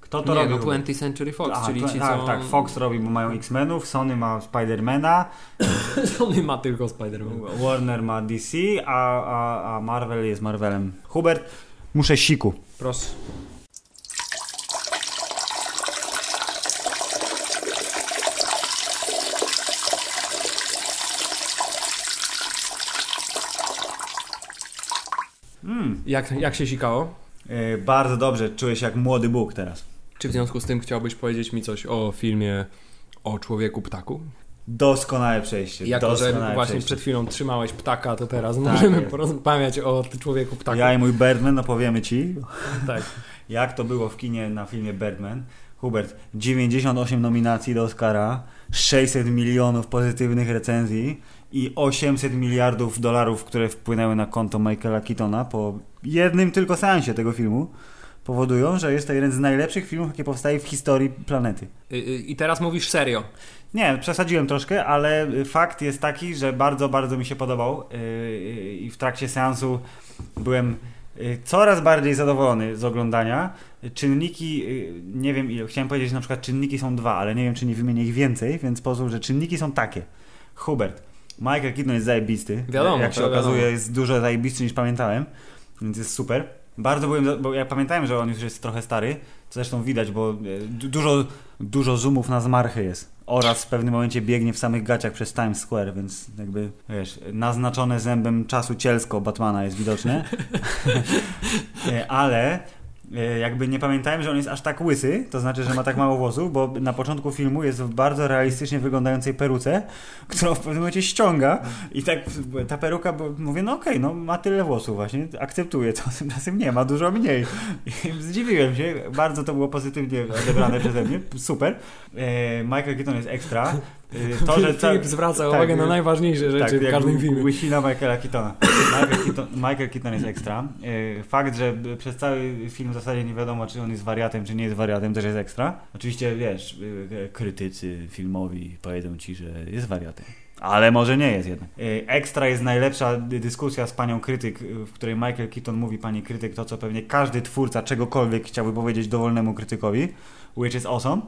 Kto to To nie, robi? no w 20th Century Fox, ogóle? A, czyli to- ci, tak, co... tak, Fox robi, bo mają X-Menów, Sony ma Spidermana, Sony ma tylko Spider-Man. Warner ma DC, a, a, a Marvel jest Marvelem. Hubert, muszę siku. Proszę. Hmm. Jak, jak się sikało? Yy, bardzo dobrze, czuję się jak młody Bóg teraz. Czy w związku z tym chciałbyś powiedzieć mi coś o filmie o człowieku ptaku? Doskonałe przejście. Jako, że właśnie doskonałe przejście. Tak przed chwilą trzymałeś ptaka, to teraz możemy jest. porozmawiać o t- człowieku ptaku. Ja i mój Birdman opowiemy ci, Tak. jak to było w kinie na filmie Birdman. Hubert, 98 nominacji do Oscara, 600 milionów pozytywnych recenzji i 800 miliardów dolarów, które wpłynęły na konto Michaela Keatona po jednym tylko seansie tego filmu, powodują, że jest to jeden z najlepszych filmów, jakie powstaje w historii planety. I, I teraz mówisz serio. Nie, przesadziłem troszkę, ale y, fakt jest taki, że bardzo, bardzo mi się podobał yy, yy, i w trakcie seansu byłem y, coraz bardziej zadowolony z oglądania. Czynniki, y, nie wiem ile, chciałem powiedzieć, że na przykład czynniki są dwa, ale nie wiem, czy nie wymienię ich więcej, więc pozwól, że czynniki są takie. Hubert, Michael Keaton jest zajebisty. Wiadomo, Jak się to wiadomo. okazuje, jest dużo zajebistszy niż pamiętałem, więc jest super. Bardzo byłem, za- bo ja pamiętałem, że on już jest trochę stary, co zresztą widać, bo e, du- dużo, dużo zoomów na zmarchy jest. Oraz w pewnym momencie biegnie w samych gaciach przez Times Square, więc jakby, wiesz, naznaczone zębem czasu cielsko Batmana jest widoczne. E, Ale e, jakby nie pamiętałem, że on jest aż tak łysy, to znaczy, że ma tak mało włosów, bo na początku filmu jest w bardzo realistycznie wyglądającej peruce, którą w pewnym momencie ściąga i tak ta peruka, bo mówię, no okej, no ma tyle włosów właśnie, akceptuję to, tymczasem nie, ma dużo mniej. I Zdziwiłem się, bardzo to było pozytywnie odebrane przeze mnie, super. E, Michael Keaton jest ekstra. E, ca- Filip zwraca tak, uwagę na e, najważniejsze rzeczy w jak każdym ł- filmie. Łysina Michaela Keatona. Michael Keaton, Michael Keaton jest ekstra. E, Fakt, że b- przez cały film w zasadzie nie wiadomo, czy on jest wariatem, czy nie jest wariatem, też jest ekstra. Oczywiście, wiesz, e, krytycy filmowi powiedzą ci, że jest wariatem. Ale może nie jest jednak. E, Ekstra jest najlepsza dy- dyskusja z panią krytyk, e, w której Michael Keaton mówi pani krytyk to, co pewnie każdy twórca czegokolwiek chciałby powiedzieć dowolnemu krytykowi, which is awesome.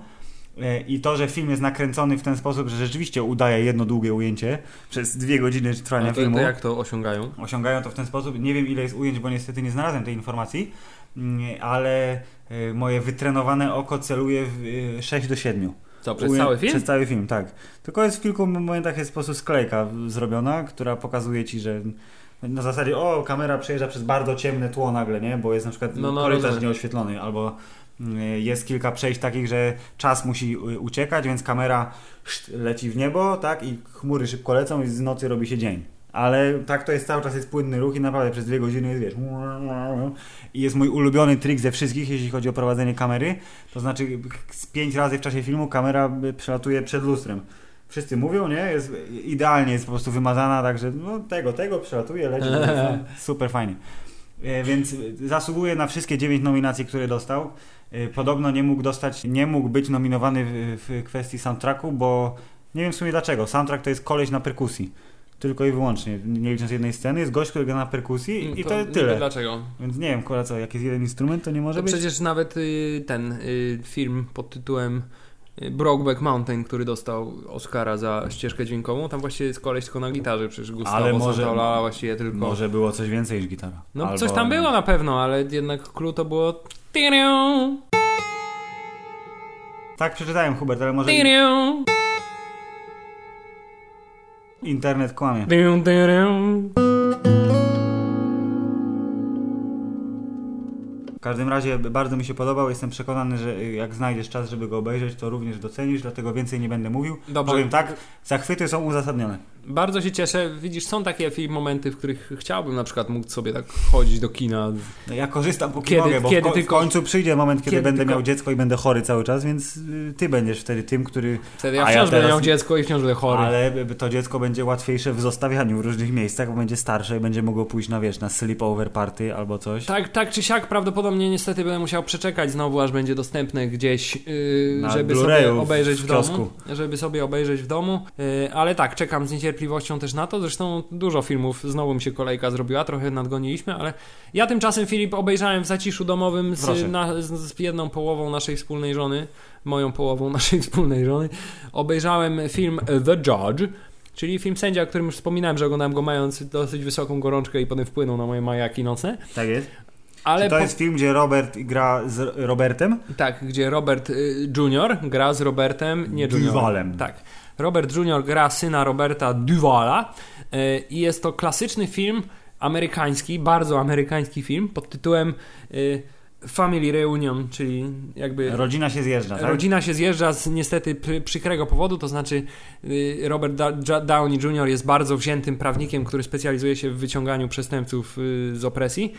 E, I to, że film jest nakręcony w ten sposób, że rzeczywiście udaje jedno długie ujęcie przez dwie godziny trwania to, filmu. to jak to osiągają? Osiągają to w ten sposób. Nie wiem, ile jest ujęć, bo niestety nie znalazłem tej informacji, mm, ale e, moje wytrenowane oko celuje w e, 6 do 7. Co, przez Uję- cały film? Przez cały film, tak. Tylko jest w kilku momentach jest po prostu sklejka zrobiona, która pokazuje ci, że no, na zasadzie o, kamera przejeżdża przez bardzo ciemne tło nagle, nie? Bo jest na przykład No, no, korytarz rozumiem. nieoświetlony albo mm, jest kilka przejść takich, że czas musi u- uciekać, więc kamera szt, leci w niebo, tak? I chmury szybko lecą i z nocy robi się dzień. Ale tak to jest cały czas jest płynny ruch i naprawdę przez dwie godziny jest, wiesz... I jest mój ulubiony trik ze wszystkich, jeśli chodzi o prowadzenie kamery. To znaczy z pięć razy w czasie filmu kamera by przelatuje przed lustrem. Wszyscy mówią, nie? Jest, idealnie jest po prostu wymazana, także no tego, tego przelatuje, leci. Super fajnie. E, Więc zasługuje na wszystkie dziewięć nominacji, które dostał. E, Podobno nie mógł dostać, nie mógł być nominowany w, w kwestii soundtracku, bo nie wiem w sumie dlaczego. Soundtrack to jest koleś na perkusji. Tylko i wyłącznie, nie licząc jednej sceny, jest gość, który gra na perkusji i to, No niby tyle. Dlaczego? Więc nie wiem, kurwa co, jak jest jeden instrument, to nie może To być. przecież nawet y, ten y, film pod tytułem y, Brokeback Mountain, który dostał Oscara za ścieżkę dźwiękową, tam właściwie jest koleś tylko na gitarze, przecież Gustavo Ale może- Santaolalla właściwie tylko... Może było coś więcej niż gitara. No Albo- coś tam było na pewno, ale jednak clue to było... Tiriu, Tak przeczytałem, Hubert, ale może tiriu, internet kłamie. tiriu, tiriu. W każdym razie bardzo mi się podobał. Jestem przekonany, że y, jak znajdziesz czas, żeby go obejrzeć, to również docenisz, dlatego więcej nie będę mówił. Dobrze. Powiem tak, zachwyty są uzasadnione. Bardzo się cieszę, widzisz, są takie fi- momenty, w których chciałbym na przykład móc sobie tak chodzić do kina. No, Ja korzystam póki Kiedy- mogę, bo kiedy w, ko- tylko- w końcu przyjdzie moment, kiedy, kiedy będę tylko- miał dziecko i będę chory cały czas, więc y, ty będziesz wtedy tym, który... Wtedy ja A wciąż ja będę teraz- miał dziecko i wciąż będę chory. Ale y, to dziecko będzie łatwiejsze w zostawianiu w różnych miejscach, bo będzie starsze i będzie mogło pójść na, wiesz, na sleepover party albo coś. Tak, tak czy siak, prawdopodobnie niestety będę musiał przeczekać znowu, aż będzie dostępny gdzieś, yy, Na żeby sobie Blu-rayu w obejrzeć w, domu. kiosku. Żeby sobie obejrzeć w domu. Yy, ale tak, czekam z niecierpliwością też na to. Zresztą dużo filmów, znowu mi się kolejka zrobiła, trochę nadgoniliśmy, ale ja tymczasem, Filip, obejrzałem w zaciszu domowym z, Proszę. na, z, z jedną połową naszej wspólnej żony, moją połową naszej wspólnej żony, obejrzałem film The Judge. Czyli film sędzia, o którym już wspominałem, że oglądałem go mając dosyć wysoką gorączkę i potem wpłynął na moje majaki nocne. Tak jest. Ale Czy to po- jest film, gdzie Robert gra z Robertem? Tak, gdzie Robert y, Junior gra z Robertem, nie Junior. Duvalem. Tak. Robert Junior gra syna Roberta Duvala y, i jest to klasyczny film amerykański, bardzo amerykański film pod tytułem y, Family Reunion, czyli jakby Rodzina się zjeżdża, tak? Rodzina się zjeżdża z niestety pr- przykrego powodu, to znaczy y, Robert da- Ja- Downey Jr. jest bardzo wziętym prawnikiem, który specjalizuje się w wyciąganiu przestępców y, z opresji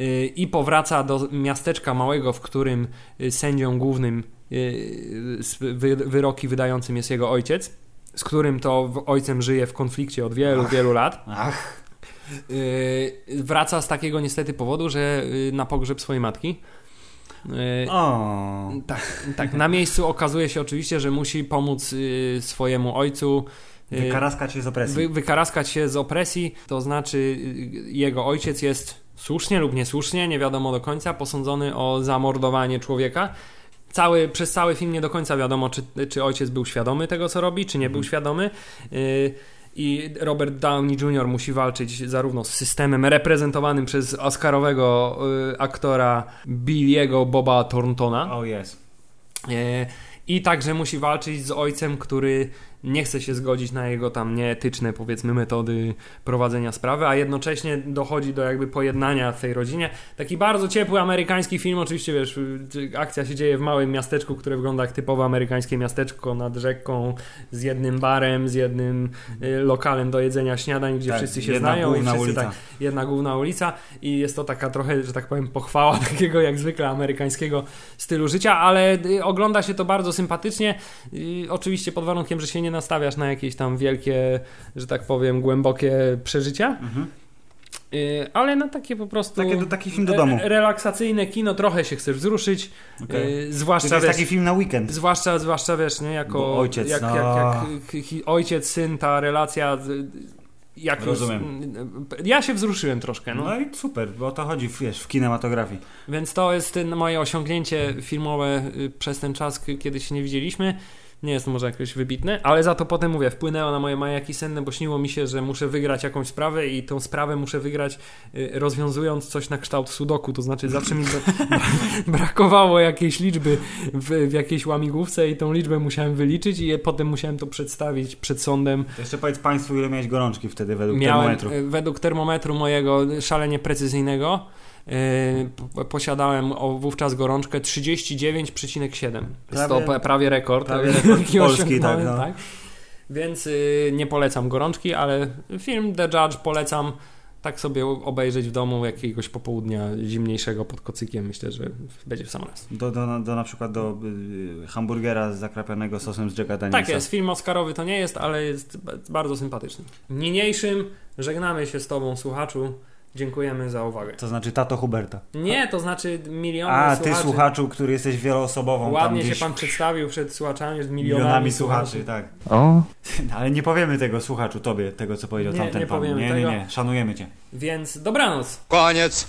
y, i powraca do miasteczka małego, w którym y, sędzią głównym y, sp- wy- wyroki wydającym jest jego ojciec, z którym to w- ojcem żyje w konflikcie od wielu, wielu lat. Ach, Y, Wraca z takiego niestety powodu, że y, na pogrzeb swojej matki. y, o. tak, tak. Na miejscu okazuje się oczywiście, że musi pomóc y, swojemu ojcu. Yy, y, Wykaraskać się z opresji. wy, wykaraskać się z opresji, to znaczy y, jego ojciec jest słusznie lub niesłusznie, nie wiadomo do końca, posądzony o zamordowanie człowieka. Cały, przez cały film nie do końca wiadomo, czy, czy ojciec był świadomy tego, co robi, czy nie był świadomy. Y, I Robert Downey Jr. musi walczyć zarówno z systemem reprezentowanym przez Oscarowego y, aktora Billiego Boba Thorntona. O jest. E, I także musi walczyć z ojcem, który nie chce się zgodzić na jego tam nieetyczne, powiedzmy, metody prowadzenia sprawy, a jednocześnie dochodzi do jakby pojednania w tej rodzinie. Taki bardzo ciepły amerykański film, oczywiście wiesz, y, akcja się dzieje w małym miasteczku, które wygląda jak typowe amerykańskie miasteczko nad rzeką, z jednym barem, z jednym y, lokalem do jedzenia śniadań, gdzie Tak, wszyscy się jedna znają i główna wszyscy ulica. tak jedna główna ulica i jest to taka trochę, że tak powiem, pochwała takiego jak zwykle amerykańskiego stylu życia, ale y, ogląda się to bardzo sympatycznie. Y, Oczywiście pod warunkiem, że się nie nastawiasz na jakieś tam wielkie, że tak powiem, głębokie przeżycia. Y, Ale na takie po prostu. Mhm. Takie, do- taki film do domu. re- Relaksacyjne kino, trochę się chcesz wzruszyć. Okej. y, Czy Zwłaszcza to jest wiesz, taki film na weekend? Zwłaszcza, zwłaszcza wiesz, nie, jako Bo ojciec, jak, no. jak, jak, jak, hi- ojciec, syn, ta relacja. z- Jak już- y, Rozumiem. ja się wzruszyłem troszkę, no. No i super, bo o to chodzi, wiesz, w kinematografii. Więc to jest y, moje osiągnięcie filmowe y, przez ten czas, k- kiedy się nie widzieliśmy. Nie jest to może jakoś wybitne, ale za to potem mówię, wpłynęło na moje majaki senne, bo śniło mi się, że muszę wygrać jakąś sprawę i tą sprawę muszę wygrać y, rozwiązując coś na kształt sudoku, to znaczy zawsze mi bra- brakowało jakiejś liczby w, w jakiejś łamigłówce i tą liczbę musiałem wyliczyć i je, potem musiałem to przedstawić przed sądem To Jeszcze powiedz Państwu, ile miałeś gorączki wtedy według Miałem termometru. e, według termometru mojego szalenie precyzyjnego e, p- posiadałem o, wówczas gorączkę 39,7. Prawie, Prawie- to pe- prawie rekord. prawie rekord Jaki Polski, osiągnąłem, tak, no. Więc y, nie polecam gorączki, ale film The Judge polecam tak sobie obejrzeć w domu jakiegoś popołudnia zimniejszego pod kocykiem. Myślę, że będzie w sam raz. Do, do, do na przykład do y, hamburgera zakrapianego sosem z Jacka Danielsa. Tak jest, film Oscarowy to nie jest, ale jest b- bardzo sympatyczny. Niniejszym żegnamy się z Tobą, słuchaczu. Dziękujemy za uwagę. To znaczy tato Huberta. Nie, to znaczy miliony A, słuchaczy. ty słuchaczu, który jesteś wieloosobową Ładnie tam się gdzieś pan przedstawił przed słuchaczami, z milionami, milionami słuchaczy. słuchaczy, tak. No, Ale nie powiemy tego słuchaczu tobie, tego co powiedział Nie, tamten nie pan. powiemy nie, tego. nie, nie, szanujemy cię. Więc dobranoc. Koniec.